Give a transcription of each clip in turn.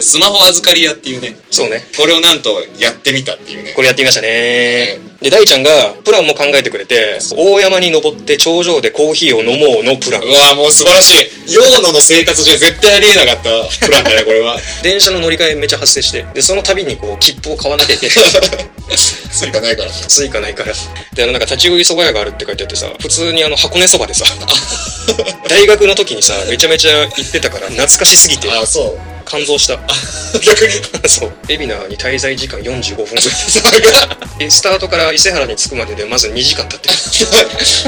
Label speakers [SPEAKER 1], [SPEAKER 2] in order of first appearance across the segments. [SPEAKER 1] スマホ預かり屋っていうね、
[SPEAKER 2] そうね。
[SPEAKER 1] これをなんとやってみたっていうね。
[SPEAKER 2] これやってみましたね。で、大ちゃんがプランも考えてくれて、大山に登って頂上でコーヒーを飲もうのプラン
[SPEAKER 1] う。わぁ、もう素晴らしい。陽野の生活じゃ絶対ありえなかったプランだね、これ は。
[SPEAKER 2] 電車の乗り換えめっちゃ発生して、で、その度にこう、切符を買わなきゃいけない。
[SPEAKER 1] スイカないから。
[SPEAKER 2] スイカないから。で、あの、なんか立ち食い蕎麦屋があるって書いてあってさ、普通にあの、箱根蕎麦でさ、 大学の時にさ、めちゃめちゃ行ってたから懐かしすぎて、
[SPEAKER 1] あ、そう。
[SPEAKER 2] 感動した。
[SPEAKER 1] 逆に。
[SPEAKER 2] そう。海老名に滞在時間45分ぐらい。えスタートから伊勢原に着くまででまず2時間経ってる。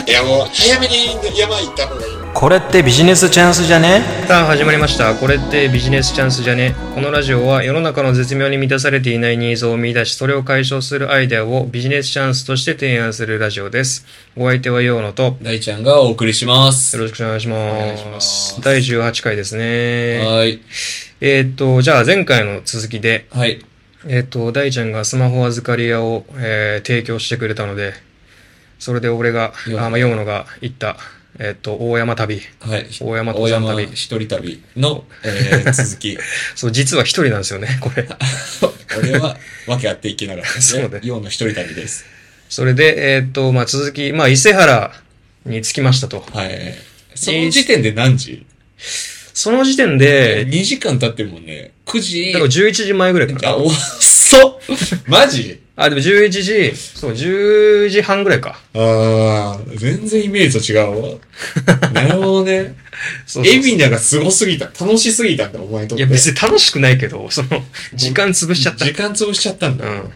[SPEAKER 1] いや、もう早めに山行った方がいい。
[SPEAKER 3] これってビジネスチャンスじゃね
[SPEAKER 2] さあ始まりました。これってビジネスチャンスじゃねこのラジオは世の中の絶妙に満たされていないニーズを見出し、それを解消するアイデアをビジネスチャンスとして提案するラジオです。お相手はヨーノと、
[SPEAKER 4] 大ちゃんがお送りします。
[SPEAKER 2] よろしくお願いし
[SPEAKER 4] 願
[SPEAKER 2] ま
[SPEAKER 4] い
[SPEAKER 2] す。
[SPEAKER 4] します
[SPEAKER 2] 第18回ですね。
[SPEAKER 4] はーい。
[SPEAKER 2] えーっと、じゃあ前回の続きで、
[SPEAKER 4] はい。
[SPEAKER 2] えーっと、大ちゃんがスマホ預かり屋を、えー提供してくれたので、それで俺が、
[SPEAKER 4] ヨーノ
[SPEAKER 2] あ、まあ、ヨーノが行った、えーっと、大山旅。
[SPEAKER 4] はい。
[SPEAKER 2] 大山登山旅
[SPEAKER 4] 大山一人旅の、え ー、続き。
[SPEAKER 2] そう、実は一人なんですよね、これ。
[SPEAKER 4] 俺は、わけあっていきながらです
[SPEAKER 2] そうね
[SPEAKER 4] ね。洋の一人旅です。
[SPEAKER 2] それで、えーっと、まあ、続き、まあ、伊勢原に着きましたと。
[SPEAKER 4] はい。その時点で何時
[SPEAKER 2] その時点で、
[SPEAKER 4] ?2 時間経ってるもんね。9時
[SPEAKER 2] だから。11時前ぐらいか
[SPEAKER 4] あ、
[SPEAKER 2] な。
[SPEAKER 4] おっそ マジ
[SPEAKER 2] あ、でも11時、そう、10時半ぐらいか。
[SPEAKER 4] あー、全然イメージと違 うわ。なるほどね。
[SPEAKER 2] そうそうそ
[SPEAKER 4] エ
[SPEAKER 2] う
[SPEAKER 4] ビナがすごすぎた。楽しすぎたんだ、お前にとって。
[SPEAKER 2] いや、別に楽しくないけど、その、時間潰しちゃった。
[SPEAKER 4] 時間潰しちゃったんだ。
[SPEAKER 2] う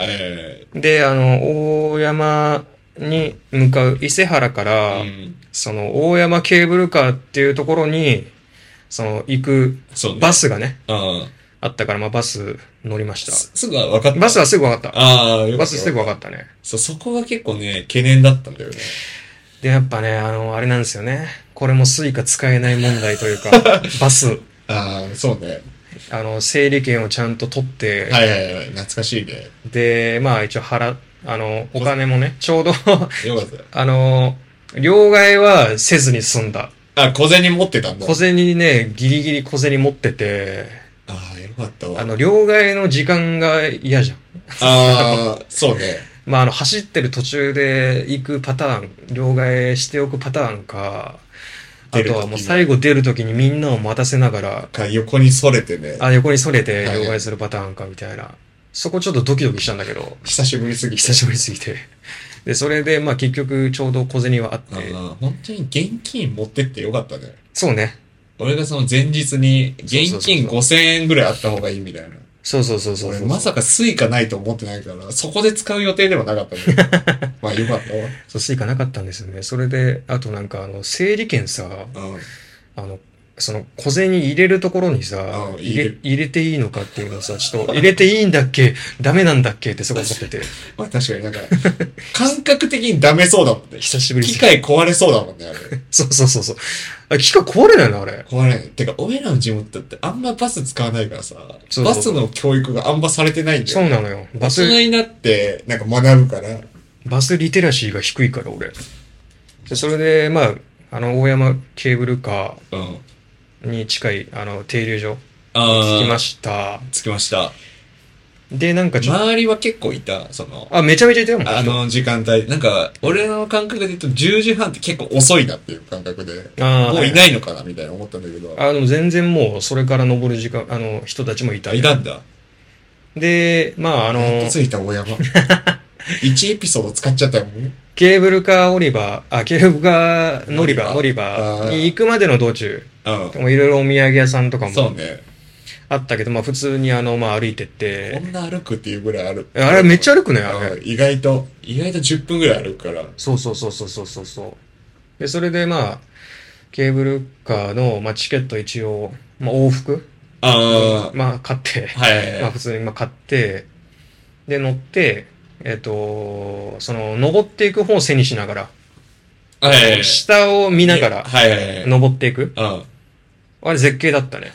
[SPEAKER 4] え
[SPEAKER 2] ん。で、あの、大山に向かう、伊勢原か
[SPEAKER 4] ー、
[SPEAKER 2] ら、
[SPEAKER 4] うん。
[SPEAKER 2] その、大山ケーブルカーっていうところに、その、行く、
[SPEAKER 4] そうね。
[SPEAKER 2] バスがね、
[SPEAKER 4] ああ。
[SPEAKER 2] あったから、まあ、バス乗りまし。
[SPEAKER 4] すすぐは分かったた。
[SPEAKER 2] バスはすぐ分かった。
[SPEAKER 4] ああ、よか
[SPEAKER 2] バ
[SPEAKER 4] った
[SPEAKER 2] スすぐ分かったね。
[SPEAKER 4] そう、そこは結構ね、懸念だったんだよね。
[SPEAKER 2] で、やっぱね、あの、あれなんですよね。これもスイカ使えない問題というか、 バス、
[SPEAKER 4] ああ、そうね。
[SPEAKER 2] あの、整理券をちゃんと取って、
[SPEAKER 4] はいはいはい。懐かしいね。
[SPEAKER 2] で、まあ一応払、あの、お金もね、ちょうど、
[SPEAKER 4] よかっ
[SPEAKER 2] あの、両替はせずに済んだ。
[SPEAKER 4] た。あ、小銭持ってたんだ。
[SPEAKER 2] 小銭ね、ギリギリ小銭持ってて、
[SPEAKER 4] ああ、よかったわ。
[SPEAKER 2] あの、両替の時間が嫌じゃん。
[SPEAKER 4] ああ、そうね。
[SPEAKER 2] まあ、あの、走ってる途中で行くパターン、両替しておくパターンか、あとはもう最後出るときにみんなを待たせながら、
[SPEAKER 4] か横にそれてね。
[SPEAKER 2] あ、横にそれて
[SPEAKER 4] はい
[SPEAKER 2] 両替するパターンか、みたいな。そこちょっとドキドキしたんだけど、
[SPEAKER 4] 久しぶりすぎて。
[SPEAKER 2] 久しぶりすぎて。 で、それで、まあ結局ちょうど小銭はあっ
[SPEAKER 4] あ
[SPEAKER 2] て、
[SPEAKER 4] あ、本当に現金持ってってよかったね。
[SPEAKER 2] そうね。
[SPEAKER 4] 俺がその前日に、現金5000円ぐらいあった方がいいみたいな。
[SPEAKER 2] そうそうそうそう
[SPEAKER 4] 俺
[SPEAKER 2] そう。
[SPEAKER 4] まさかスイカないと思ってないから、そこで使う予定でもなかったね。 まあよかった
[SPEAKER 2] そう、スイカなかったんですよね。それで、あとなんかあの、整理券さ、
[SPEAKER 4] わ。うん。
[SPEAKER 2] あの、その小銭入れるところにさ、
[SPEAKER 4] うん
[SPEAKER 2] 入
[SPEAKER 4] 入
[SPEAKER 2] れ
[SPEAKER 4] れ
[SPEAKER 2] 入れていいのかっていうのさ、ちょっと入れていいんだっけ ダメなんだっけってすごい思ってて、
[SPEAKER 4] まあ確かになんか、感覚的にダメそうだもんね。
[SPEAKER 2] 久しぶり
[SPEAKER 4] 機
[SPEAKER 2] すぎて
[SPEAKER 4] 械壊れそうだもんね、あれ。
[SPEAKER 2] そうそうそうそう。あ、機械壊れないな、あれ。
[SPEAKER 4] 壊れない。てか、俺らの地元ってあんまバス使わないからさ、
[SPEAKER 2] そう
[SPEAKER 4] バスの教育があんまされてないんだ
[SPEAKER 2] そ
[SPEAKER 4] よ。
[SPEAKER 2] うなのよ。バ
[SPEAKER 4] バ
[SPEAKER 2] ス
[SPEAKER 4] ス、になって、なんか学ぶから。
[SPEAKER 2] バスリテラシーが低いから、俺。でそれで、まあ、あの、大山ケーブルカ
[SPEAKER 4] うん。
[SPEAKER 2] ーに近い、あの、停留所、
[SPEAKER 4] あ
[SPEAKER 2] 着きま
[SPEAKER 4] し
[SPEAKER 2] した。
[SPEAKER 4] た。着きました。
[SPEAKER 2] で、なんかちょっと、
[SPEAKER 4] 周りは結構いた、その、
[SPEAKER 2] あ、めちゃめちゃいたよ、もう
[SPEAKER 4] あの時間帯。なんか、俺の感覚で言うと10時半って結構遅いなっていう感覚で、
[SPEAKER 2] あー
[SPEAKER 4] も
[SPEAKER 2] は
[SPEAKER 4] う
[SPEAKER 2] い
[SPEAKER 4] いないのかなみたいな思ったんだけど、
[SPEAKER 2] あの、全然もう、それから登る時間、あの、人たちもいた。
[SPEAKER 4] いたんだ。
[SPEAKER 2] で、まあ、あの、
[SPEAKER 4] やっとついた大 山。1エピソード使っちゃったよ、もう。
[SPEAKER 2] ケーブルカー降り場、あ、ケーブルカー乗り場、乗
[SPEAKER 4] 乗
[SPEAKER 2] り
[SPEAKER 4] り
[SPEAKER 2] 場
[SPEAKER 4] あー
[SPEAKER 2] に行くまでの道中、
[SPEAKER 4] うん。
[SPEAKER 2] もういろいろお土産屋さんとか
[SPEAKER 4] そう
[SPEAKER 2] も
[SPEAKER 4] ね。
[SPEAKER 2] あったけど、まあ、普通にあの、まあ、歩いてっ
[SPEAKER 4] こ
[SPEAKER 2] て、
[SPEAKER 4] んな歩くっていうぐらい歩く。
[SPEAKER 2] あれめっちゃ歩くね、あれ
[SPEAKER 4] う。ん意外と、意外と10分ぐらい歩くから。
[SPEAKER 2] そうそうそうそうそうそうそう。で、それでまあ、ケーブルカーの、まあ、チケット一応、まあ、往復、
[SPEAKER 4] あ
[SPEAKER 2] まあ、買って、
[SPEAKER 4] あ、はい
[SPEAKER 2] まあ、
[SPEAKER 4] は
[SPEAKER 2] 普通にまあ買って、で、乗って、えっ、と、その、登っていく方を背にしながら、
[SPEAKER 4] い。はい。
[SPEAKER 2] 下を見ながら、
[SPEAKER 4] はいはいはい。
[SPEAKER 2] 登っていく。
[SPEAKER 4] う
[SPEAKER 2] あれ、絶景だったね。
[SPEAKER 4] ん。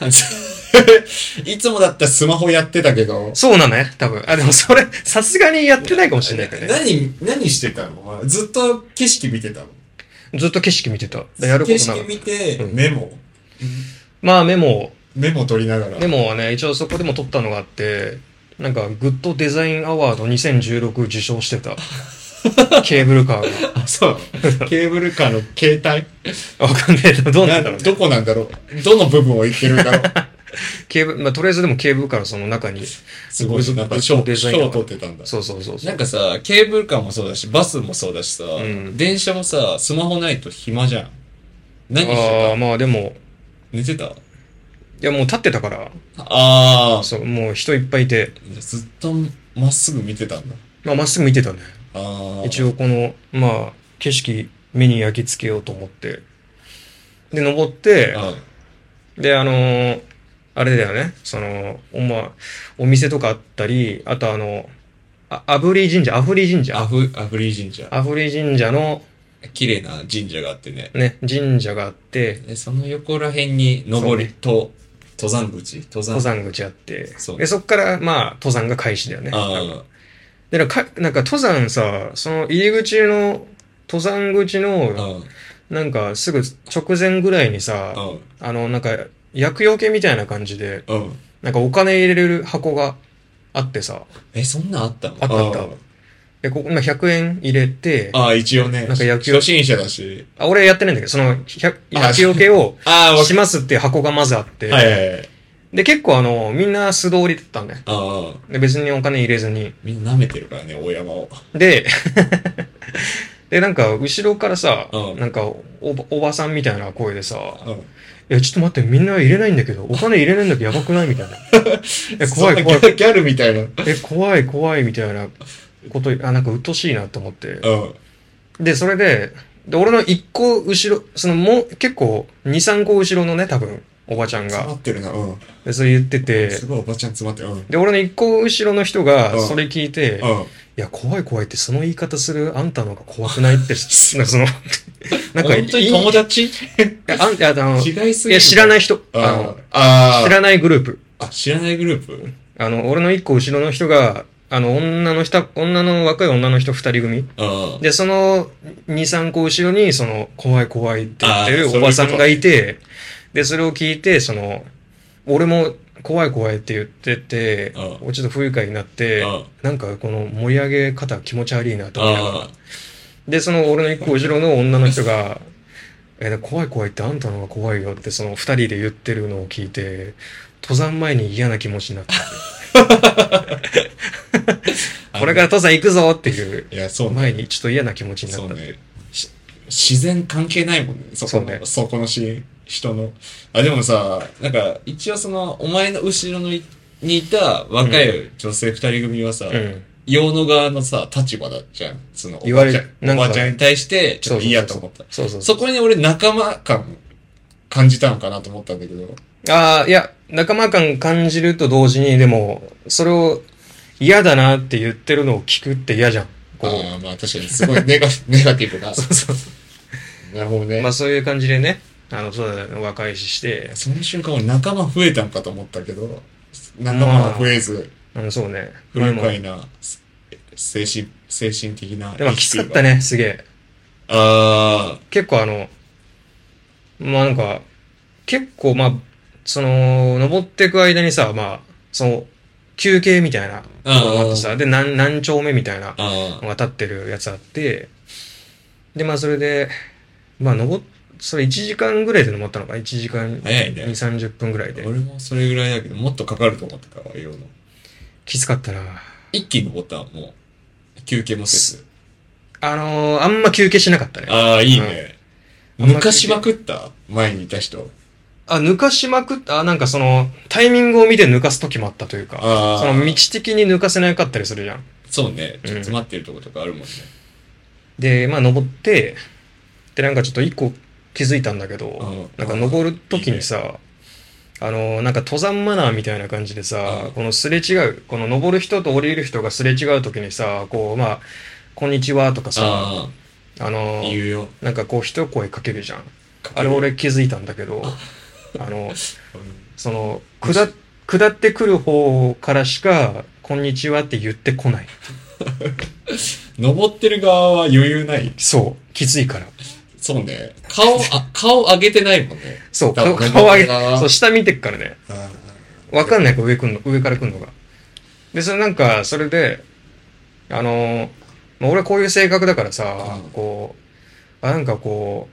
[SPEAKER 4] いつもだったらスマホやってたけど。
[SPEAKER 2] そうなのね、多分。あ、でもそれ、さすがにやってないかもしれないけどね。
[SPEAKER 4] 何、何してたのお前ずっと景色見てたの
[SPEAKER 2] ずっと景色見てた。やることなか
[SPEAKER 4] 景
[SPEAKER 2] っ
[SPEAKER 4] 色見て
[SPEAKER 2] う、ん
[SPEAKER 4] メモ。
[SPEAKER 2] まあメモを、
[SPEAKER 4] メモ取りながら。
[SPEAKER 2] メモはね、一応そこでも取ったのがあって、なんかグッドデザインアワード2016受賞してた。ケーブルカーが。
[SPEAKER 4] あ、 そう。ケーブルカーの携帯
[SPEAKER 2] わかんねえな。どうなんだろう
[SPEAKER 4] などこなんだろうどの部分を言ってるんだろう
[SPEAKER 2] ケーブル、まあとりあえずでもケーブルカーのその中に。
[SPEAKER 4] すごい。なんか賞、賞取ってたんだ。
[SPEAKER 2] そうそうそうそう。
[SPEAKER 4] なんかさ、ケーブルカーもそうだし、バスもそうだしさ、
[SPEAKER 2] ん
[SPEAKER 4] 電車もさ、スマホないと暇じゃん。何して
[SPEAKER 2] ああ、まあでも、
[SPEAKER 4] た寝てた
[SPEAKER 2] いやもう立ってたから、
[SPEAKER 4] ああ、
[SPEAKER 2] そう、もう人いっぱいいて、
[SPEAKER 4] ずっとまっすぐ見てたんだ。
[SPEAKER 2] まあまっすぐ見てたね。
[SPEAKER 4] ああ。
[SPEAKER 2] 一応この、まあ、景色、目に焼き付けようと思って。で、登って、
[SPEAKER 4] あ
[SPEAKER 2] で、あのーあれだよね、その、おまあ、お店とかあったり、あとあの、あアフリー神社、アフリー神
[SPEAKER 4] ア
[SPEAKER 2] 社。
[SPEAKER 4] フ、アフリー神社。
[SPEAKER 2] アフリー神社の
[SPEAKER 4] 綺麗な神社があってね。
[SPEAKER 2] ね、神社があって、
[SPEAKER 4] で、その横ら辺に登りと、登山口登山
[SPEAKER 2] 登山口あって、
[SPEAKER 4] そう
[SPEAKER 2] で、そっから、まあ、登山が開始だよね。
[SPEAKER 4] あ
[SPEAKER 2] で、なんか、なんか登山さ、その入り口の、登山口
[SPEAKER 4] あ、
[SPEAKER 2] の、
[SPEAKER 4] うん、
[SPEAKER 2] なんかすぐ直前ぐらいにさ、
[SPEAKER 4] う
[SPEAKER 2] あの、なんか、薬用系みたいな感じで、
[SPEAKER 4] ん、うん。
[SPEAKER 2] なんかお金入れる箱があってさ、
[SPEAKER 4] え、そんなんあったの
[SPEAKER 2] あったあったで、ここ、まあ、100円入れて、あ
[SPEAKER 4] ああ、一応ね。
[SPEAKER 2] なんか野球
[SPEAKER 4] 初心者だし。
[SPEAKER 2] 俺やってないんだけど、その、100
[SPEAKER 4] あ
[SPEAKER 2] 薬用系を
[SPEAKER 4] ああ、わ
[SPEAKER 2] しますっていう箱がまずあって、
[SPEAKER 4] はいはいはい。
[SPEAKER 2] で、結構あの、みんな素通りだったんだよ。
[SPEAKER 4] ああ、
[SPEAKER 2] で、別にお金入れずに。
[SPEAKER 4] みんな舐めてるからね、大山を。
[SPEAKER 2] で、 で、なんか、後ろからさ、
[SPEAKER 4] うん
[SPEAKER 2] なんかおば、おばさんみたいな声でさ、
[SPEAKER 4] うん。
[SPEAKER 2] いや、ちょっと待って、みんな入れないんだけど、お金入れないんだけどやばくないみ たいな。え、怖い怖
[SPEAKER 4] そ
[SPEAKER 2] い
[SPEAKER 4] んなギャ。ギャルみたいな。うん。
[SPEAKER 2] え、怖い怖いみたいなこと、あ、なんか鬱陶しいなと思って。で、それで、で、俺の一個後ろ、そのもう結構2、3個後ろのね、多分、おばちゃん
[SPEAKER 4] 詰ま
[SPEAKER 2] が、
[SPEAKER 4] ってるな。うん。
[SPEAKER 2] でそれ言ってて、
[SPEAKER 4] すごいおばちゃん詰まってる。うん。うん。
[SPEAKER 2] で、俺の一個後ろの人が
[SPEAKER 4] うん
[SPEAKER 2] それ聞いて、いや、怖い怖いってその言い方するあんたの方が怖くな いって、なんかその、 なんか、
[SPEAKER 4] 本当に友達
[SPEAKER 2] いやあんいやあの、い
[SPEAKER 4] 違いすぎ。
[SPEAKER 2] や、知らないい人、あ
[SPEAKER 4] あ
[SPEAKER 2] の、
[SPEAKER 4] あ。
[SPEAKER 2] 知らないグループ。
[SPEAKER 4] あ、知らないグループ
[SPEAKER 2] あの、俺の一個後ろの人が、あの、女の人、女の若い女の人二人組。
[SPEAKER 4] うん。
[SPEAKER 2] で、その2、3個後ろに、その、怖い怖いって言って
[SPEAKER 4] あーそう
[SPEAKER 2] る
[SPEAKER 4] いうこと
[SPEAKER 2] おばさんがいて、で、それを聞いて、その、俺も怖い怖いって言ってて、
[SPEAKER 4] う
[SPEAKER 2] ちょっと不愉快になって
[SPEAKER 4] うん、
[SPEAKER 2] なんかこの盛り上げ方気持ち悪いなと思いながら
[SPEAKER 4] あ
[SPEAKER 2] で、その俺の1個後ろの女の人が、 え、怖い怖いってあんたの方が怖いよって、その2人で言ってるのを聞いて、登山前に嫌な気持ちになって、
[SPEAKER 4] あ。
[SPEAKER 2] これから登山行くぞっていう
[SPEAKER 4] いや、そうね。
[SPEAKER 2] 前にちょっと嫌な気持ちにな
[SPEAKER 4] そ
[SPEAKER 2] っ
[SPEAKER 4] う
[SPEAKER 2] た。
[SPEAKER 4] ね。し自然関係ないもんね。そこ
[SPEAKER 2] そうね
[SPEAKER 4] の、そこのし、人の。あ、でもさ、なんか、一応その、お前の後ろのいにいた若い女性二人組はさ、
[SPEAKER 2] うん。
[SPEAKER 4] 洋野側のさ、立場だじゃん。その、お
[SPEAKER 2] 言わ
[SPEAKER 4] ば
[SPEAKER 2] れ
[SPEAKER 4] ち
[SPEAKER 2] る
[SPEAKER 4] ゃん、
[SPEAKER 2] な
[SPEAKER 4] お
[SPEAKER 2] んか
[SPEAKER 4] ばちゃんに対して、ちょっと嫌と思った。
[SPEAKER 2] そうそうそ
[SPEAKER 4] そ
[SPEAKER 2] う。
[SPEAKER 4] こに俺仲間感感じたのかなと思ったんだけど。
[SPEAKER 2] ああ、いや、仲間感感じると同時に、でも、それを嫌だなって言ってるのを聞くって嫌じゃん。こ
[SPEAKER 4] ああ、まあ確かにすごいネガ ネガティブな。
[SPEAKER 2] う。そうそ
[SPEAKER 4] なるほどね。
[SPEAKER 2] う。まあそういう感じでね、あの、そうだね、若いしして、
[SPEAKER 4] その瞬間俺仲間増えたんかと思ったけど、仲間が増えず、
[SPEAKER 2] うん、そうね。
[SPEAKER 4] 不
[SPEAKER 2] まあ
[SPEAKER 4] 愉
[SPEAKER 2] まあ
[SPEAKER 4] 快な、精神、精神的な。
[SPEAKER 2] でもきつかった。ね、すげえ。
[SPEAKER 4] あ
[SPEAKER 2] 結構あの、まあなんか、結構まあ、その、登っていく間にさ、まあ、その、休憩みたいな、あってさ、で、何、何丁目みたい
[SPEAKER 4] あ、、
[SPEAKER 2] な
[SPEAKER 4] ああ、
[SPEAKER 2] が立ってるやつあって、で、まあそれで、まあ登っ、それ1時間ぐらいで登ったのか、1時間
[SPEAKER 4] 早い
[SPEAKER 2] 2、
[SPEAKER 4] ね。
[SPEAKER 2] 30分ぐらいで。
[SPEAKER 4] 俺もそれぐらいだけど、もっとかかると思ってたわ、洋野。
[SPEAKER 2] きつかったな。
[SPEAKER 4] 一気に登ったわもう、休憩もせず。
[SPEAKER 2] あのー、あんま休憩しなかったね。
[SPEAKER 4] ああ、いいね。
[SPEAKER 2] うん
[SPEAKER 4] 抜かしまくった前にいた人。
[SPEAKER 2] あ、抜かしまくった、あ、なんかその、タイミングを見て抜かす時もあったというか、
[SPEAKER 4] あー
[SPEAKER 2] その道的に抜かせなかったりするじゃん。
[SPEAKER 4] そうね。ちょっと
[SPEAKER 2] うん
[SPEAKER 4] 詰まってるとことかあるもんね。
[SPEAKER 2] で、まあ登って、で、なんかちょっと一個気づいたんだけど、
[SPEAKER 4] うん
[SPEAKER 2] なんか登る時にさ、あのー、なんか登山マナーみたいな感じで
[SPEAKER 4] う
[SPEAKER 2] さ
[SPEAKER 4] ん、
[SPEAKER 2] このすれ違う、この登る人と降りる人がすれ違う時にさ、こう、まあ、こんにちはとかさ、
[SPEAKER 4] あ
[SPEAKER 2] あの
[SPEAKER 4] あ、
[SPEAKER 2] ー、
[SPEAKER 4] 言うよ。
[SPEAKER 2] なんかこう一声かけるじゃん。
[SPEAKER 4] かけ
[SPEAKER 2] あ
[SPEAKER 4] る
[SPEAKER 2] れ俺気づいたんだけ ど、あの、その、下、下ってくる方からしか、こんにちはって言ってこない。
[SPEAKER 4] 登ってる側は余裕ない。
[SPEAKER 2] そう。きついから。
[SPEAKER 4] そうね。顔、あ、顔上げてないもんね。
[SPEAKER 2] そう、
[SPEAKER 4] 多
[SPEAKER 2] 顔
[SPEAKER 4] 分
[SPEAKER 2] 顔上げ
[SPEAKER 4] だな、
[SPEAKER 2] そう、下見てっからね。わかんないか、上来んの、上から来んのが。で、それなんか、それで、あのー、まあ俺こういう性格だからさ
[SPEAKER 4] うん、
[SPEAKER 2] こう、あ、なんかこ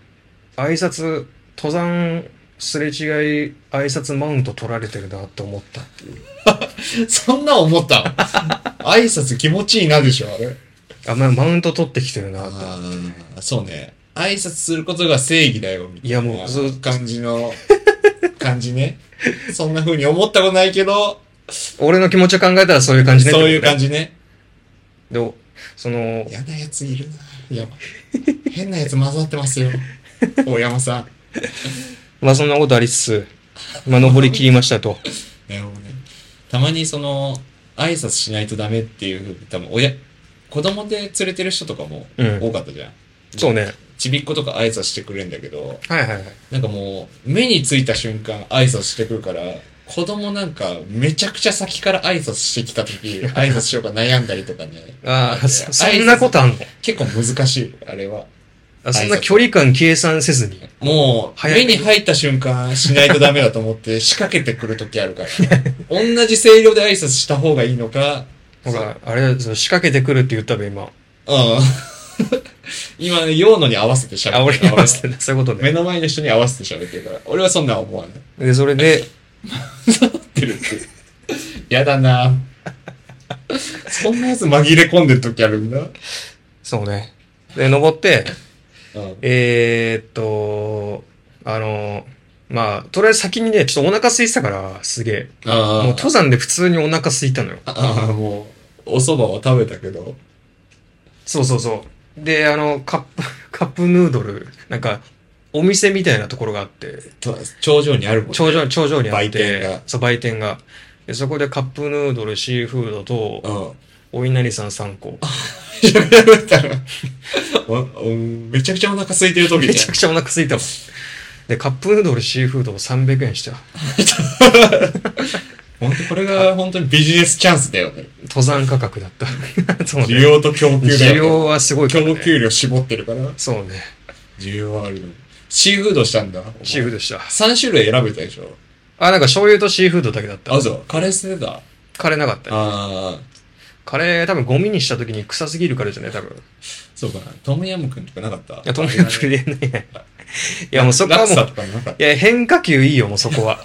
[SPEAKER 2] う、挨拶、登山、すれ違い、挨拶マウント取られてるなって思った。
[SPEAKER 4] そんな思 った。挨拶気持ちいいなでしょ、あれ。
[SPEAKER 2] あ、まあ、マウント取ってきてるなって。
[SPEAKER 4] ああ、そうね。挨拶することが正義だよ、みたいない
[SPEAKER 2] やもうそう
[SPEAKER 4] 感じの、 感じね。そんな風に思ったことないけど、
[SPEAKER 2] 俺の気持ちを考えたらそういう感じね。
[SPEAKER 4] そういう感
[SPEAKER 2] じ。
[SPEAKER 4] じね。
[SPEAKER 2] で、その、
[SPEAKER 4] 嫌なやついるな。やばい。変なやつ混ざってます よ。大山さん。
[SPEAKER 2] まあそんなことありつつ、まあ登り切りましたと。
[SPEAKER 4] ね、もうね。たまにその、挨拶しないとダメっていう風に、多分親、子供で連れてる人とかも
[SPEAKER 2] うん
[SPEAKER 4] 多かったじゃん。
[SPEAKER 2] そうね。
[SPEAKER 4] ちびっ子とか挨拶してくれるんだけど、
[SPEAKER 2] はいはいはい。
[SPEAKER 4] なんかもう、目についた瞬間挨拶してくるから、子供なんか、めちゃくちゃ先から挨拶してきた 時、挨拶しようか悩んだりとかね。
[SPEAKER 2] あ
[SPEAKER 4] ん
[SPEAKER 2] あ、
[SPEAKER 4] で
[SPEAKER 2] そそんなことあんの
[SPEAKER 4] 結構難しい、あれは。
[SPEAKER 2] あそんな距離感計算せずに。
[SPEAKER 4] もう、
[SPEAKER 2] 早い
[SPEAKER 4] 目に入った瞬間しないとダメだと思って仕掛けてくる時あるから。同じ声量で挨拶した方がいいのか、
[SPEAKER 2] ほら、あれ、その仕掛けてくるって言ったべ、今。
[SPEAKER 4] うん。 今ね、用のに合わせて喋ってる。
[SPEAKER 2] あ、俺に合わせてね、 そういうこと
[SPEAKER 4] 目
[SPEAKER 2] ね。
[SPEAKER 4] の前の人に合わせて喋ってるから。俺はそんな思わない。
[SPEAKER 2] で、それ
[SPEAKER 4] っ
[SPEAKER 2] で、
[SPEAKER 4] てるって。やだなそんなやつ紛れ込んでる時あるんだ。
[SPEAKER 2] そうね。で、登って、
[SPEAKER 4] うん。
[SPEAKER 2] えーっと、あの、まあ、とりあえず先にね、ちょっとお腹空いてたから、すげえ。
[SPEAKER 4] ああ。
[SPEAKER 2] もう登山で普通にお腹空いたのよ。
[SPEAKER 4] ああ、もう、お蕎麦は食べたけど。
[SPEAKER 2] そうそうそう。で、あの、カップ、 カップヌードル、なんか、お店みたいなところがあって、
[SPEAKER 4] と頂上にあるもん、ね。
[SPEAKER 2] 頂上、頂上にあっ
[SPEAKER 4] 売店
[SPEAKER 2] て
[SPEAKER 4] が、
[SPEAKER 2] そう、売店が。で、そこでカップヌードル、シーフードと、
[SPEAKER 4] うん。
[SPEAKER 2] お稲荷さん3個。
[SPEAKER 4] 喋ったら、おうんめちゃくちゃお腹空いてる時
[SPEAKER 2] め
[SPEAKER 4] ね。
[SPEAKER 2] ちゃくちゃお腹空いたもん。で、カップヌードル、シーフードを300円した。
[SPEAKER 4] 本当これが本当にビジネスチャンスだよね。
[SPEAKER 2] 登山価格だった。 そう
[SPEAKER 4] 需
[SPEAKER 2] ね。
[SPEAKER 4] 要と供給だ
[SPEAKER 2] 需
[SPEAKER 4] よ、ね。
[SPEAKER 2] 要はすごいからね
[SPEAKER 4] 供給量絞ってるから。
[SPEAKER 2] そうね。
[SPEAKER 4] 需要はあるよ。シーフードしたんだ。
[SPEAKER 2] シーフー
[SPEAKER 4] ド。
[SPEAKER 2] ドした。
[SPEAKER 4] 3種類選べたでしょ。
[SPEAKER 2] あ、なんか醤油とシーフードだけだった
[SPEAKER 4] あ、。そう。カレー捨てた。
[SPEAKER 2] カレーなかったよ。
[SPEAKER 4] ああ。
[SPEAKER 2] カレー多分ゴミにした時に臭すぎるからじゃない多分。
[SPEAKER 4] そうかな。トムヤムくんとかなかったい
[SPEAKER 2] いや、トムヤムクン入れないね。いや、もうそこは
[SPEAKER 4] ラク
[SPEAKER 2] も
[SPEAKER 4] サ
[SPEAKER 2] う
[SPEAKER 4] と、かなかっ
[SPEAKER 2] いや、変化球いいよ、もうそこ は。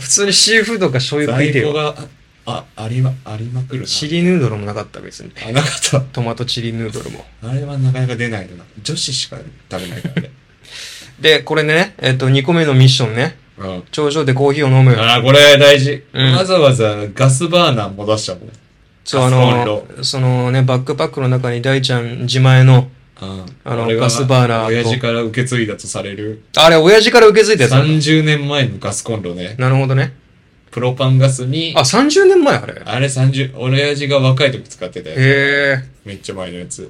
[SPEAKER 2] 普通にシーフードか醤
[SPEAKER 4] た。
[SPEAKER 2] 油食いて
[SPEAKER 4] 在庫
[SPEAKER 2] よ。
[SPEAKER 4] が、あ、ありま、ありまくるな。
[SPEAKER 2] チリヌードルもなかった、別に。
[SPEAKER 4] あ、なかっ
[SPEAKER 2] トマトチリヌードルも。
[SPEAKER 4] た。あれはなかなか出ないな。女子しか食べないからね。
[SPEAKER 2] で、これね、えっと、2個目のミッションね。
[SPEAKER 4] うん。
[SPEAKER 2] 頂上でコーヒーを飲む。
[SPEAKER 4] ああ、これ大事。
[SPEAKER 2] うん
[SPEAKER 4] わざわざガスバーナーも出したもん。
[SPEAKER 2] そう、
[SPEAKER 4] ガ
[SPEAKER 2] あ
[SPEAKER 4] スコ
[SPEAKER 2] の
[SPEAKER 4] ン、
[SPEAKER 2] そのね、バックパックの中に大ちゃん自前の、
[SPEAKER 4] うん。
[SPEAKER 2] あの
[SPEAKER 4] れが
[SPEAKER 2] ガスバーナーと
[SPEAKER 4] 親父から受け継いだとされる。
[SPEAKER 2] あれ、親父から受け継いだやつなんだ
[SPEAKER 4] 30年前のガスコンロね。
[SPEAKER 2] なるほどね。
[SPEAKER 4] プロパンガスに
[SPEAKER 2] あ、、30年前あれ。へ
[SPEAKER 4] あれ30、親父が若い時使ってたや
[SPEAKER 2] え。
[SPEAKER 4] つ。めっちゃ前のやつ。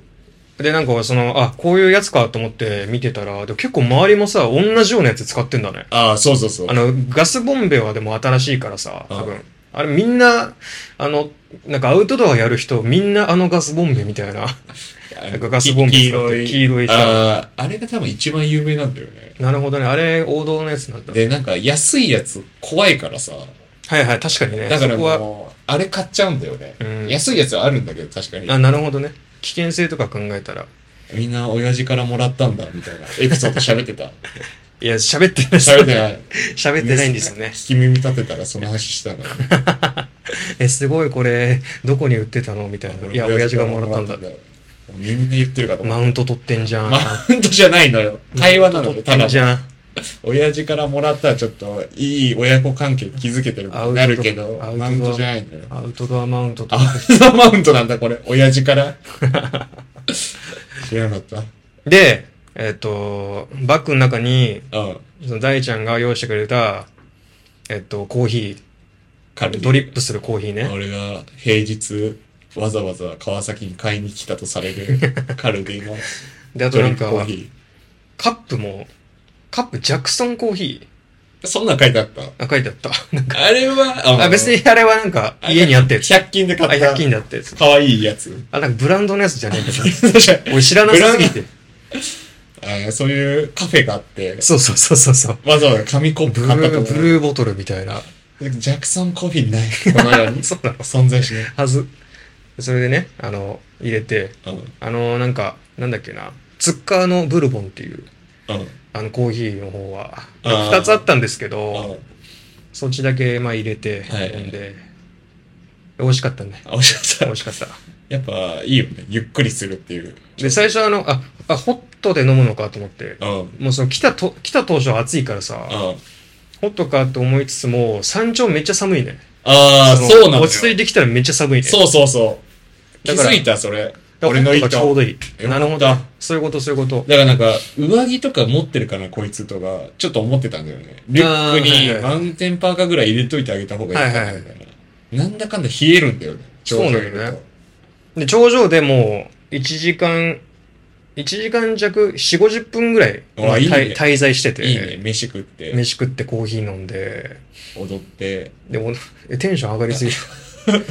[SPEAKER 2] で、なんか、その、あ、こういうやつかと思って見てたら、でも結構周りもさ、同じようなやつ使ってんだね。
[SPEAKER 4] ああ、そうそうそう
[SPEAKER 2] あ。の、ガスボンベはでも新しいからさ、多
[SPEAKER 4] う
[SPEAKER 2] 分。あれみんな、あの、なんかアウトドアやる人、みんなあのガスボンベみたいな。 なんかガスボンベ
[SPEAKER 4] 黄
[SPEAKER 2] 使っ
[SPEAKER 4] 色
[SPEAKER 2] て
[SPEAKER 4] い。
[SPEAKER 2] 黄色いさ
[SPEAKER 4] あーあれが多分一番有名なんだよね。
[SPEAKER 2] なるほどね。あれ、王道のやつなんだ。
[SPEAKER 4] で、なんか安いやつ怖いからさ。
[SPEAKER 2] はいはい、確かにね。
[SPEAKER 4] だから
[SPEAKER 2] そこは、
[SPEAKER 4] もう、あれ買っちゃうんだよね。
[SPEAKER 2] うん
[SPEAKER 4] 安いやつはあるんだけど、確かに。
[SPEAKER 2] あ、なるほどね。危険性とか考えたら。
[SPEAKER 4] みんな親父からもらったんだ、みたいな。エピソード喋って た。
[SPEAKER 2] いや、喋ってないです
[SPEAKER 4] 喋ってない。
[SPEAKER 2] 喋ってないんですよね
[SPEAKER 4] 聞。き耳立てたらその話したの。
[SPEAKER 2] え、すごいこれ、どこに売ってたのみたいな。いや、親父がもらったんだ。
[SPEAKER 4] よ。みんな言ってるかと思
[SPEAKER 2] マ
[SPEAKER 4] う。
[SPEAKER 2] ウント取ってん じゃん。
[SPEAKER 4] マウントじゃないのよ。会話なの
[SPEAKER 2] 取っ
[SPEAKER 4] よ。
[SPEAKER 2] て
[SPEAKER 4] た
[SPEAKER 2] ん
[SPEAKER 4] だ
[SPEAKER 2] じ
[SPEAKER 4] の、
[SPEAKER 2] ゃん。
[SPEAKER 4] 親父からもらったらちょっと、いい親子関係築けてることになるけど
[SPEAKER 2] アウトドア、
[SPEAKER 4] マウントじゃないのよ。
[SPEAKER 2] アウトドアマウントと
[SPEAKER 4] あ、ザマウントなんだ、これ。親父から。知らなかっ
[SPEAKER 2] で、えっ、と、バッグの中に、
[SPEAKER 4] た。うん。
[SPEAKER 2] その大ちゃんが用意してくれた、えっ、と、コーヒ
[SPEAKER 4] カ
[SPEAKER 2] ー、ドリップするコーヒーね。
[SPEAKER 4] 俺が平日、わざわざ川崎に買いに来たとされるカルディの
[SPEAKER 2] で、あと
[SPEAKER 4] ド
[SPEAKER 2] な
[SPEAKER 4] リ
[SPEAKER 2] ん
[SPEAKER 4] ップ
[SPEAKER 2] か
[SPEAKER 4] コ、ーヒ
[SPEAKER 2] カップも、カップジャクソンコーヒ
[SPEAKER 4] ー。そんなん書いてあった
[SPEAKER 2] ーあ、書いてあった。なんか、
[SPEAKER 4] あれは、あ
[SPEAKER 2] あ、別にあれはなんか、家にあったやつ。あ、
[SPEAKER 4] 100均で買った。
[SPEAKER 2] 100均だったやつ。
[SPEAKER 4] かわいいやつ。
[SPEAKER 2] あ、なんかブランドのやつじゃねえけど。
[SPEAKER 4] 確かに
[SPEAKER 2] 俺知らなさすぎて。
[SPEAKER 4] あのそういうカフェがあって、
[SPEAKER 2] そうそうそうそうそう。
[SPEAKER 4] わざわざ紙コッ
[SPEAKER 2] ブ
[SPEAKER 4] プ
[SPEAKER 2] ル
[SPEAKER 4] 買ったと
[SPEAKER 2] ー、
[SPEAKER 4] 思
[SPEAKER 2] ブ
[SPEAKER 4] う。
[SPEAKER 2] ルーボトルみたいな。
[SPEAKER 4] ジャクソンコーヒーない。このように。
[SPEAKER 2] そうなの
[SPEAKER 4] 存在しない。
[SPEAKER 2] はず。それでね、あの、入れて、
[SPEAKER 4] うん。
[SPEAKER 2] あの、なんか、なんだっけな、ツッカーのブルボンっていう、
[SPEAKER 4] うん。
[SPEAKER 2] あの、コーヒーの方は、
[SPEAKER 4] あー
[SPEAKER 2] 二つあったんですけ
[SPEAKER 4] あ
[SPEAKER 2] ど、そっちだけ、まあ入れて、
[SPEAKER 4] はい
[SPEAKER 2] 飲んで、美味しかったね。
[SPEAKER 4] あ、おしゃさ
[SPEAKER 2] 美
[SPEAKER 4] ん
[SPEAKER 2] 味。しかった。
[SPEAKER 4] やっぱ、いいよね。ゆっくりするっていう。
[SPEAKER 2] で、最初あの、あ、あ、ホットで飲むのかと思って、
[SPEAKER 4] うん。うん。
[SPEAKER 2] もうその来たと、来た当初は暑いからさ、
[SPEAKER 4] あ
[SPEAKER 2] ホットかと思いつつも、山頂めっちゃ寒いね。
[SPEAKER 4] あー、
[SPEAKER 2] の
[SPEAKER 4] そうなのよ。
[SPEAKER 2] 落ち着いてきたらめっちゃ寒いね。
[SPEAKER 4] そうそうそう。気
[SPEAKER 2] だから
[SPEAKER 4] づいた、それ。
[SPEAKER 2] だから
[SPEAKER 4] 俺の
[SPEAKER 2] ホ
[SPEAKER 4] 意
[SPEAKER 2] ット
[SPEAKER 4] 図。
[SPEAKER 2] がちょうどいい。
[SPEAKER 4] た
[SPEAKER 2] なるほど。そういうこと、そういうこと。
[SPEAKER 4] だからなんか、上着とか持ってるかな、こいつとか、ちょっと思ってたんだよね。リュック
[SPEAKER 2] あーはいは
[SPEAKER 4] に
[SPEAKER 2] い
[SPEAKER 4] マウンテンパーカーぐらい入れといてあげた方がいいか
[SPEAKER 2] はい
[SPEAKER 4] な、
[SPEAKER 2] はい
[SPEAKER 4] みたいな。なんだかんだ冷えるんだよね。
[SPEAKER 2] そうなんだよね
[SPEAKER 4] 頂上いると
[SPEAKER 2] で、頂上でもう、1時間、1時間弱、4、50分ぐらい、
[SPEAKER 4] あいいね
[SPEAKER 2] 滞滞在してて
[SPEAKER 4] いいね、飯食って、
[SPEAKER 2] 飯食ってコーヒー飲んで、
[SPEAKER 4] 踊って。
[SPEAKER 2] でも、 えテンション上がりすぎる。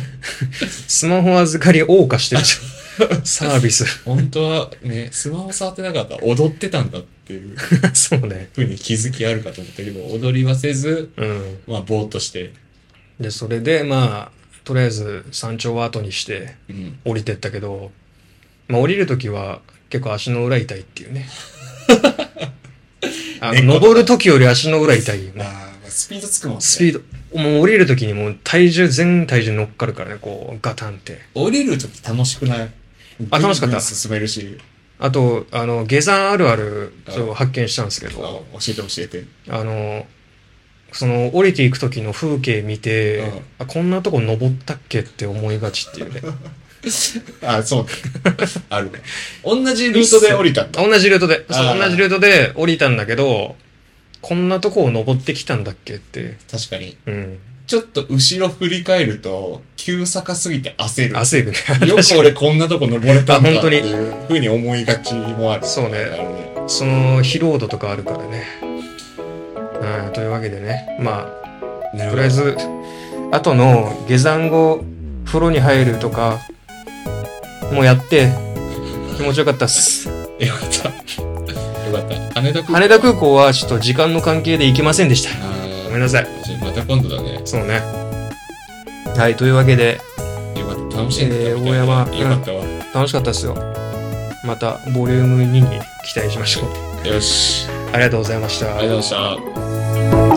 [SPEAKER 2] スマホ預かり謳歌してるじゃ ん。サービス。
[SPEAKER 4] 本当はね、スマホ触ってなかったら踊ってたんだっていう
[SPEAKER 2] そうね。
[SPEAKER 4] ふうに気づきあるかと思ったけど、踊りはせず、
[SPEAKER 2] うん。
[SPEAKER 4] まあ、ぼーっとして。
[SPEAKER 2] で、それで、まあ、とりあえず山頂は後にして
[SPEAKER 4] うん。
[SPEAKER 2] 降りてったけど、まあ降りるときは結構足の裏痛いってい うね。あの
[SPEAKER 4] 猫
[SPEAKER 2] 登るときより足の裏痛いよね。
[SPEAKER 4] ああ、スピードつくもんね。
[SPEAKER 2] スピード、もう降りるときにもう体重、全体重乗っかるからね、こう、ガタンって。
[SPEAKER 4] 降りるとき楽しくない
[SPEAKER 2] あ楽し
[SPEAKER 4] ぐ
[SPEAKER 2] かった
[SPEAKER 4] んぐん進めるし、
[SPEAKER 2] あと、あの、下山あるある、それを発見したんですけ
[SPEAKER 4] あ教
[SPEAKER 2] ど、
[SPEAKER 4] えて教えて。
[SPEAKER 2] あの、その、降りていくときの風景見て、
[SPEAKER 4] うん
[SPEAKER 2] あ、こんなとこ登ったっけって思いがちっていうね。
[SPEAKER 4] あ、そう ね。あるね。同じルートで降りたんだ。
[SPEAKER 2] 同じルートで、
[SPEAKER 4] あ
[SPEAKER 2] そ
[SPEAKER 4] ー
[SPEAKER 2] う同じルートで降りたんだけど、こんなとこを登ってきたんだっけって。
[SPEAKER 4] 確かに。
[SPEAKER 2] うん。
[SPEAKER 4] ちょっと後ろ振り返ると、急坂すぎて焦る。
[SPEAKER 2] 焦るね。
[SPEAKER 4] よく俺こんなとこ登れたんだ
[SPEAKER 2] あ
[SPEAKER 4] っ
[SPEAKER 2] 本当
[SPEAKER 4] て
[SPEAKER 2] に
[SPEAKER 4] いうふうに思いがちもある。
[SPEAKER 2] そうね
[SPEAKER 4] あるね。
[SPEAKER 2] その、疲労度とかあるからね。うん、というわけでね。まあ、とりあえず後の下山後風呂に入るとかもうやって気持ちよかったっす
[SPEAKER 4] よかった。よかった。羽田空港。
[SPEAKER 2] 羽田空港はちょっと時間の関係で行けませんでした
[SPEAKER 4] あー
[SPEAKER 2] ごめんなさい
[SPEAKER 4] じゃあまた今度だね。
[SPEAKER 2] そうねはいというわけで
[SPEAKER 4] よかった。楽しんでたみたい
[SPEAKER 2] えー大山
[SPEAKER 4] よかったわ。
[SPEAKER 2] 楽しかったっすよまたボリューム2に期待しましょう
[SPEAKER 4] よし。
[SPEAKER 2] ありがとうございました
[SPEAKER 4] ありがとうございまし
[SPEAKER 5] 「お
[SPEAKER 4] た。